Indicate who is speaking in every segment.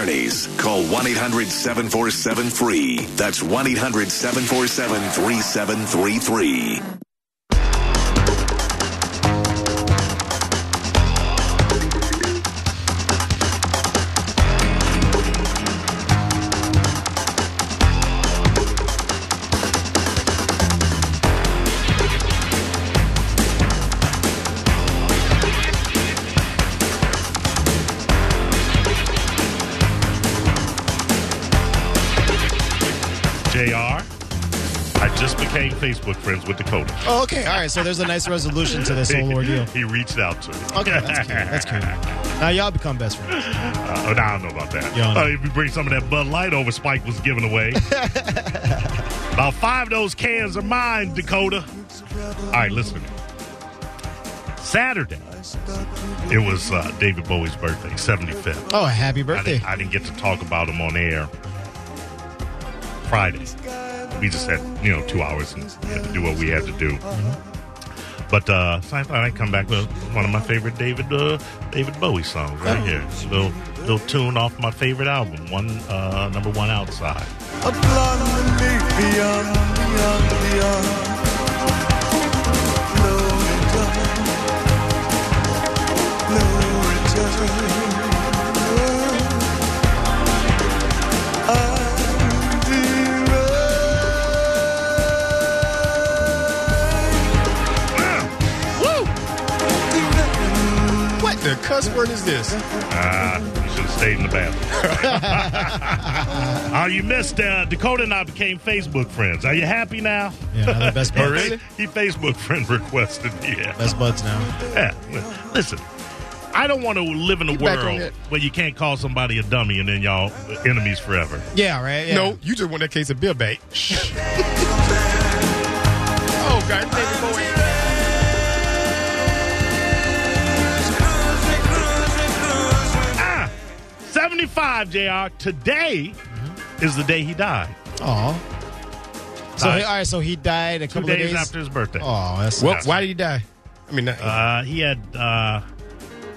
Speaker 1: attorneys. Call 1 800 747 FREE. That's 1 800 747 3733.
Speaker 2: JR, I just became Facebook friends with Dakota.
Speaker 3: Oh, okay. All right. So there's a nice resolution to this whole ordeal.
Speaker 2: He reached out to me.
Speaker 3: Okay, that's cute. That's cute. Now y'all become best friends.
Speaker 2: Uh, oh, now I don't know about that.
Speaker 3: You don't know.
Speaker 2: Uh, if you bring some of that Bud Light over, Spike was giving away. about five of those cans are mine, Dakota. All right, listen. Saturday, it was uh, David Bowie's birthday, 75th.
Speaker 3: Oh, happy
Speaker 2: I
Speaker 3: birthday.
Speaker 2: didn't, I didn't get to talk about him on air Friday. We just had, you know, two hours and had to do what we had to do. But uh, so I thought I'd come back with one of my favorite David uh, David Bowie songs right here. It's a little, little tune off my favorite album, one uh, number one outside.
Speaker 4: Upon the lake beyond, beyond, beyond. No return, no return. I'm
Speaker 3: What the cuss word is this?
Speaker 2: Ah, you should have stayed in the bathroom. oh, you missed uh, Dakota and I became Facebook friends. Are you happy now?
Speaker 3: Yeah, now they're best
Speaker 2: Oh,
Speaker 3: buds.
Speaker 2: He Facebook friend requested. Yeah.
Speaker 3: Best buds now.
Speaker 2: Yeah, li- listen, I don't want to live in a
Speaker 5: back on
Speaker 2: world
Speaker 5: it.
Speaker 2: where you can't call somebody a dummy and then y'all enemies forever.
Speaker 3: Yeah, right? Yeah.
Speaker 5: No, you just want that case of beer bait. oh, God. David Bowie.
Speaker 2: Ah, 75, JR. Today
Speaker 5: Mm-hmm.
Speaker 2: is the day he died.
Speaker 3: Aw. So,
Speaker 2: Nice.
Speaker 3: he, all right. So he died a
Speaker 2: Two
Speaker 3: couple
Speaker 2: days,
Speaker 3: of days.
Speaker 2: after his birthday.
Speaker 3: Oh, that's
Speaker 5: Well, why did he die? I mean, not-
Speaker 2: Uh, he had, uh,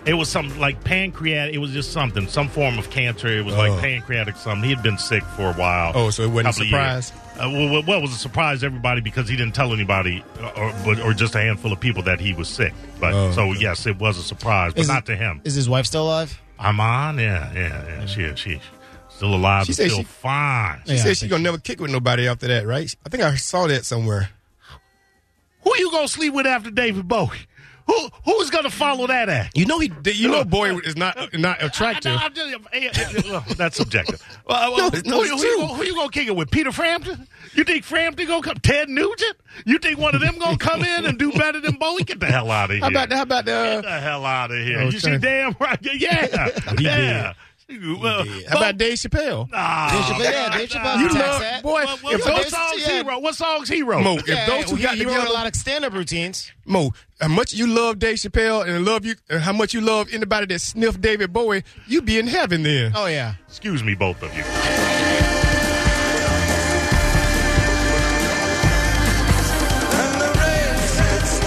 Speaker 2: it was some like pancreatic, it was just something, some form of cancer. It was
Speaker 5: Oh.
Speaker 2: like pancreatic something. He had been sick for a while.
Speaker 5: oh, so it wasn't a
Speaker 2: couple of years.
Speaker 5: surprise.
Speaker 2: Uh, well, well, well, it was a surprise to everybody because he didn't tell anybody uh, or, or, or just a handful of people that he was sick. But
Speaker 5: Oh,
Speaker 2: so yes, it was a surprise, but
Speaker 3: Is it-
Speaker 2: not to him.
Speaker 3: Is his wife still alive?
Speaker 2: I'm on, yeah, yeah, yeah. She, is- she, still alive,
Speaker 5: She
Speaker 2: and
Speaker 5: said
Speaker 2: still
Speaker 5: she-
Speaker 2: fine.
Speaker 5: She
Speaker 3: Yeah, I
Speaker 5: said she
Speaker 3: think
Speaker 5: gonna never kick with nobody after that, right? I think I saw that somewhere.
Speaker 2: Who you gonna sleep with after David Bowie? Who who's gonna follow that act?
Speaker 5: You know he. You know, boy is not not attractive.
Speaker 2: I, I, I'm just, eh, eh, well, that's subjective. Well, uh,
Speaker 5: No,
Speaker 2: well,
Speaker 5: it's- no,
Speaker 2: who,
Speaker 5: it's
Speaker 2: who you
Speaker 5: true.
Speaker 2: gonna- who you gonna kick it with? Peter Frampton? You think Frampton gonna come? Ted Nugent? You think one of them gonna come in and do better than Bowie? Get the hell out of here!
Speaker 5: How about that? How about
Speaker 2: Get
Speaker 5: the?
Speaker 2: the hell out of here.
Speaker 5: Oh,
Speaker 2: you see,
Speaker 5: sure.
Speaker 2: damn right. Yeah. yeah. Well,
Speaker 5: How about Dave Chappelle?
Speaker 2: Ah,
Speaker 3: Chappelle- yeah, Dave Chappelle
Speaker 5: you
Speaker 3: tax
Speaker 5: love
Speaker 3: that.
Speaker 5: boy.
Speaker 2: well, well,
Speaker 5: if
Speaker 2: what
Speaker 5: those
Speaker 2: songs
Speaker 3: yeah.
Speaker 2: he wrote? What songs he wrote?
Speaker 5: Mo, if
Speaker 3: Yeah,
Speaker 5: those two
Speaker 3: he,
Speaker 5: got
Speaker 3: he
Speaker 5: together,
Speaker 3: wrote a lot of stand-up routines.
Speaker 5: Mo, how much you love Dave Chappelle and love you, and how much you love anybody that sniffed David Bowie, you be in heaven then.
Speaker 3: Oh yeah.
Speaker 2: Excuse me, both of you.
Speaker 4: And the rain sets in.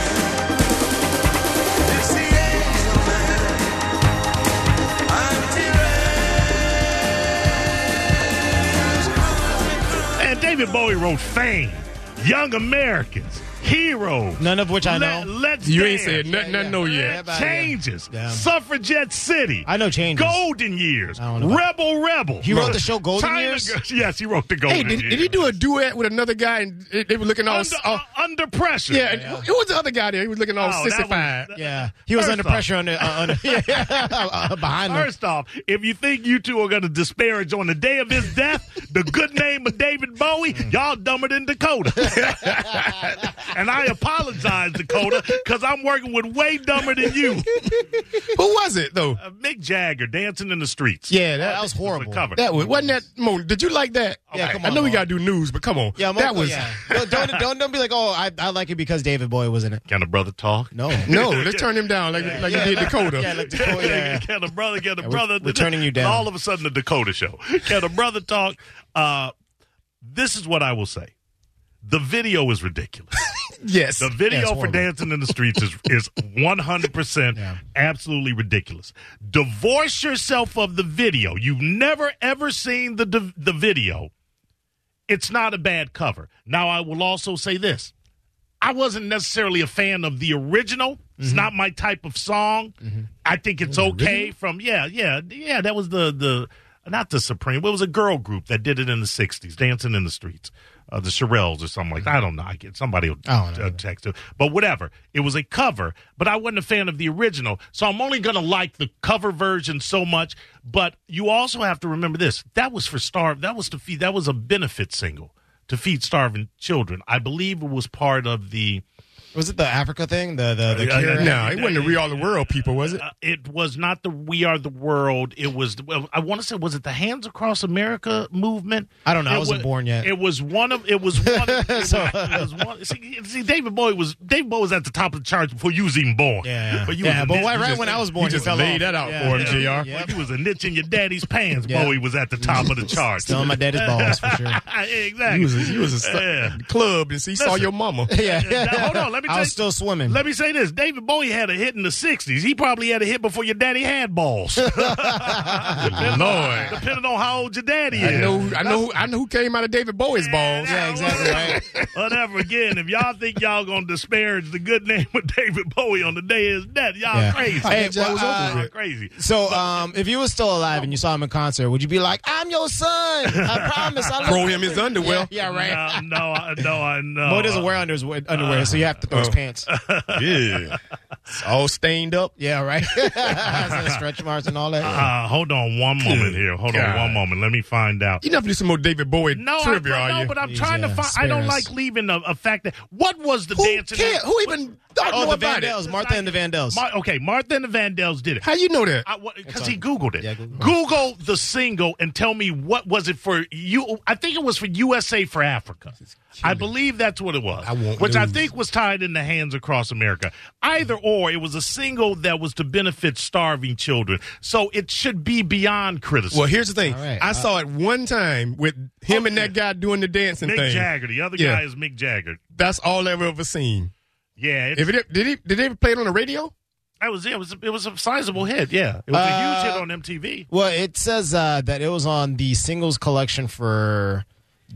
Speaker 4: It's the angel man. I'm
Speaker 2: And David Bowie wrote Fame, Young Americans, Heroes.
Speaker 3: None of which I
Speaker 2: Let,
Speaker 3: know.
Speaker 2: Let's
Speaker 5: you ain't
Speaker 2: dance.
Speaker 5: said nothing, I know
Speaker 3: Yeah,
Speaker 5: yet.
Speaker 3: about it, yeah.
Speaker 2: Changes.
Speaker 3: Yeah.
Speaker 2: Suffragette City.
Speaker 3: I know changes.
Speaker 2: Golden Years.
Speaker 3: I don't know about-
Speaker 2: Rebel Rebel.
Speaker 3: He wrote the show Golden
Speaker 2: China
Speaker 3: Years?
Speaker 2: Girl- Yes, he wrote the Golden
Speaker 5: Hey, did,
Speaker 2: Years.
Speaker 5: did he do a duet with another guy and they they were looking
Speaker 3: Oh,
Speaker 5: all?
Speaker 2: Under,
Speaker 5: all-
Speaker 2: uh, under pressure.
Speaker 5: yeah, and who- who was the other guy there? He was looking all
Speaker 2: Oh, that was-
Speaker 5: sissified.
Speaker 3: Yeah. He was
Speaker 2: First
Speaker 3: under
Speaker 2: off-
Speaker 3: pressure on the uh, on the, yeah, uh, behind him.
Speaker 2: First off, if you think you two are going to disparage on the day of his death the good name of David Bowie,
Speaker 3: Mm.
Speaker 2: y'all dumber than Dakota. and I apologize, Dakota, because I'm working with way dumber than you.
Speaker 5: Who was it though?
Speaker 2: Uh, Mick Jagger dancing in the streets.
Speaker 5: Yeah,
Speaker 3: That
Speaker 5: that,
Speaker 3: was horrible.
Speaker 2: cover.
Speaker 5: that was wasn't that. Mo, did you like that?
Speaker 3: Yeah, come
Speaker 5: I
Speaker 3: on,
Speaker 5: know we
Speaker 3: Mo.
Speaker 5: gotta do news, but come on.
Speaker 3: Yeah, I'm
Speaker 5: that
Speaker 3: okay,
Speaker 5: was
Speaker 3: yeah. No, don't, don't don't be like, oh, I, I like it because David Boy was in it.
Speaker 2: Can a brother talk?
Speaker 3: No.
Speaker 5: no. Let's turn him down like like you did Dakota.
Speaker 3: yeah, like Dakota, yeah, yeah.
Speaker 2: Can a brother get a
Speaker 3: we're-
Speaker 2: brother?
Speaker 3: we're turning you down.
Speaker 2: All of a sudden, the Dakota show. Can a brother talk? Uh, this is what I will say. The video is ridiculous.
Speaker 5: Yes.
Speaker 2: The
Speaker 3: Yeah, it's
Speaker 2: video for
Speaker 3: horrible.
Speaker 2: dancing in the streets is is one hundred percent
Speaker 3: Yeah.
Speaker 2: absolutely ridiculous. Divorce yourself of the video. You've never ever seen the the, the video. It's not a bad cover. Now I will also say this. I wasn't necessarily a fan of the original.
Speaker 3: Mm-hmm.
Speaker 2: It's not my type of song. I think it's okay from yeah, yeah, yeah. That was the the not the Supreme. It was a girl group that did it in the '60s, dancing in the streets, uh, the Shirelles or something like that. I don't know. I get somebody will
Speaker 3: I don't know.
Speaker 2: uh, text it, but whatever. It was a cover, but I wasn't a fan of the original, so I'm only gonna like the cover version so much. But you also have to remember this: that was for starve. That was to feed. That was a benefit single to feed starving children. I believe it was part of the.
Speaker 3: Was it the Africa thing? The the, the
Speaker 2: Yeah,
Speaker 3: cure?
Speaker 2: yeah,
Speaker 5: No, it wasn't the We All the World people, was it?
Speaker 2: Uh, it was not the "We Are the World." It was. well, I want to say, was it the Hands Across America movement?
Speaker 3: I don't know. I
Speaker 2: It
Speaker 3: wasn't
Speaker 2: wa-
Speaker 3: born yet.
Speaker 2: It was one of. It was one. Of, it was one see, see, David Bowie was David Bowie was at the top of the charts before you was even born.
Speaker 3: Yeah, yeah.
Speaker 2: but you
Speaker 3: Yeah,
Speaker 2: was a
Speaker 3: but
Speaker 2: nit-
Speaker 3: why-
Speaker 2: you
Speaker 3: right
Speaker 2: just-
Speaker 3: when I was born,
Speaker 2: you
Speaker 3: it
Speaker 2: just
Speaker 3: fell
Speaker 2: laid
Speaker 3: off.
Speaker 2: that out
Speaker 3: Yeah.
Speaker 2: for him,
Speaker 3: Yeah.
Speaker 2: Jr.
Speaker 3: Yep.
Speaker 2: When you was a niche in your daddy's pants.
Speaker 3: Yeah.
Speaker 2: Bowie was at the top of the charts.
Speaker 3: Still in my daddy's balls for sure.
Speaker 2: exactly.
Speaker 5: You was a, you was a stu-
Speaker 2: Yeah.
Speaker 5: club and see, saw
Speaker 2: Listen.
Speaker 5: your mama.
Speaker 3: Yeah.
Speaker 2: Now, hold on, let me
Speaker 3: I
Speaker 2: tell
Speaker 3: was
Speaker 2: you-
Speaker 3: still swimming.
Speaker 2: Let me say this: David Bowie had a hit in the '60s. He probably had a hit before your daddy had balls.
Speaker 5: Lord.
Speaker 2: depending on how old your daddy is.
Speaker 5: I know, who- I know, who- I know who came out of David Bowie's balls.
Speaker 3: yeah, exactly right.
Speaker 2: Whatever. Again, if y'all think y'all gonna disparage the good name of David Bowie on the day of his death, y'all
Speaker 3: Yeah.
Speaker 2: crazy.
Speaker 3: Hey, well,
Speaker 2: Y'all
Speaker 3: uh,
Speaker 2: crazy.
Speaker 3: So, um, if you were still alive and you saw him in concert, would you be like, "I'm your son. I promise." I love
Speaker 5: Throw
Speaker 3: you."
Speaker 5: him his underwear.
Speaker 3: Yeah, yeah, right.
Speaker 2: No, no, I- no, Oh. I know.
Speaker 3: Mo doesn't wear under his underwear, so you have to throw his pants.
Speaker 5: Yeah. It's all stained up.
Speaker 3: Yeah, right. Stretch marks and all that.
Speaker 2: Uh, hold on one moment here. Hold on
Speaker 5: God.
Speaker 2: one moment. Let me find out.
Speaker 5: You never do some more David Bowie
Speaker 2: No, I,
Speaker 5: trivia, are
Speaker 2: no,
Speaker 5: you?
Speaker 2: but I'm
Speaker 3: These,
Speaker 2: trying to
Speaker 3: uh,
Speaker 2: find. I don't
Speaker 3: spares.
Speaker 2: like leaving a, a fact that. What was the
Speaker 5: who
Speaker 2: dancing?
Speaker 5: care? Who even don't
Speaker 3: Oh,
Speaker 5: know
Speaker 3: the
Speaker 5: about
Speaker 3: Vandells,
Speaker 5: it?
Speaker 3: Martha and the Vandells.
Speaker 2: Mar- okay, Martha and the Vandells did it.
Speaker 5: How you know that?
Speaker 2: because he googled it.
Speaker 3: Yeah,
Speaker 2: Google.
Speaker 3: Google.
Speaker 2: the single and tell me what was it for you? I think it was for USA for Africa. I believe that's what it was,
Speaker 5: I won't
Speaker 2: which I
Speaker 5: lose.
Speaker 2: think was tied in the hands across America. Either or, it was a single that was to benefit starving children, so it should be beyond criticism.
Speaker 5: well, here's the thing.
Speaker 3: All right.
Speaker 2: uh,
Speaker 5: I saw it one time with him and that guy doing the dancing
Speaker 2: Oh. Mick
Speaker 5: thing.
Speaker 2: Jagger, the other
Speaker 5: Yeah.
Speaker 2: guy is Mick Jagger.
Speaker 5: That's all I've ever seen.
Speaker 2: Yeah, it's-
Speaker 5: If it, did he did they ever play it on the radio?
Speaker 2: that was it. It was, it was a sizable hit. Yeah, it was a
Speaker 5: Uh,
Speaker 2: huge hit on MTV.
Speaker 3: Well, it says uh, that it was on the singles collection for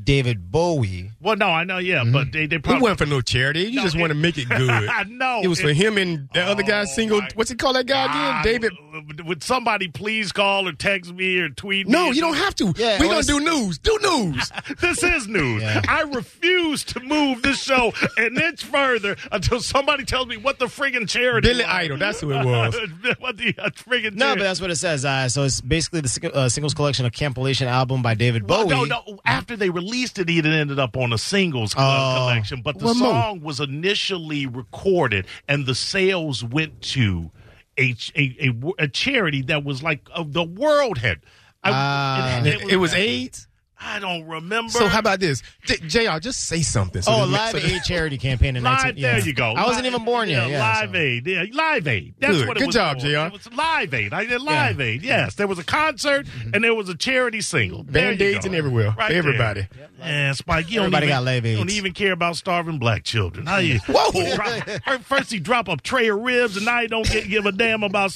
Speaker 3: David Bowie.
Speaker 2: Well, no, I know. Yeah,
Speaker 5: mm-hmm.
Speaker 2: but they they
Speaker 5: It
Speaker 2: probably
Speaker 5: wasn't for no charity. You
Speaker 2: No,
Speaker 5: just
Speaker 2: it-
Speaker 5: want to make it good.
Speaker 2: I know
Speaker 5: It was for
Speaker 2: It-
Speaker 5: him and the other guy
Speaker 2: Oh,
Speaker 5: single.
Speaker 2: my
Speaker 5: What's he call that guy again?
Speaker 2: God,
Speaker 5: David.
Speaker 2: w- Would somebody please call or text me or tweet me?
Speaker 5: No, you don't have to.
Speaker 3: Yeah,
Speaker 5: we
Speaker 3: well,
Speaker 5: gonna do news. Do news.
Speaker 2: This is news.
Speaker 3: Yeah.
Speaker 2: I refuse to move this show an inch further until somebody tells me what the friggin' charity.
Speaker 5: Billy
Speaker 2: was.
Speaker 5: Idol. That's who it was.
Speaker 2: what the uh, friggin'
Speaker 3: No,
Speaker 2: charity-
Speaker 3: but that's what it says. Uh, so it's basically the sing- uh, singles collection of compilation album by David
Speaker 2: Well,
Speaker 3: Bowie.
Speaker 2: No, no. After they released it, it ended up on a singles co-
Speaker 3: Oh.
Speaker 2: collection. But the
Speaker 5: Well, Mo-
Speaker 2: song was initially recorded, and the sales went to a ch- a, a w- a charity that was like uh, the world had.
Speaker 3: Ah.
Speaker 5: It, it was AIDS.
Speaker 2: I don't remember.
Speaker 5: So how about this, J- Jr. Just say something. So
Speaker 3: Oh,
Speaker 5: that-
Speaker 3: Live
Speaker 5: so that-
Speaker 3: Aid charity campaign in
Speaker 2: Live,
Speaker 3: 19...
Speaker 2: there
Speaker 3: yeah.
Speaker 2: you go.
Speaker 3: I wasn't
Speaker 2: Live-
Speaker 3: even born yet. Yeah,
Speaker 2: Live
Speaker 3: so.
Speaker 2: Aid. Yeah, Live Aid. That's
Speaker 5: Good.
Speaker 2: what it
Speaker 5: Good
Speaker 2: was.
Speaker 5: job,
Speaker 2: for.
Speaker 5: JR.
Speaker 2: It was Live Aid. I did Live Aid. Yes, there was a concert
Speaker 3: Mm-hmm.
Speaker 2: and there was a charity single. There you
Speaker 5: Band-Aids
Speaker 2: go.
Speaker 5: and everywhere. for
Speaker 2: Right there.
Speaker 5: everybody.
Speaker 2: Yeah, Spike, you don't
Speaker 3: Everybody
Speaker 2: even,
Speaker 3: got Live
Speaker 2: you don't
Speaker 3: Aids.
Speaker 2: even care about starving black children. How you?
Speaker 5: Whoa.
Speaker 2: Drop- first he drop a tray of ribs, and now you don't get, give a damn about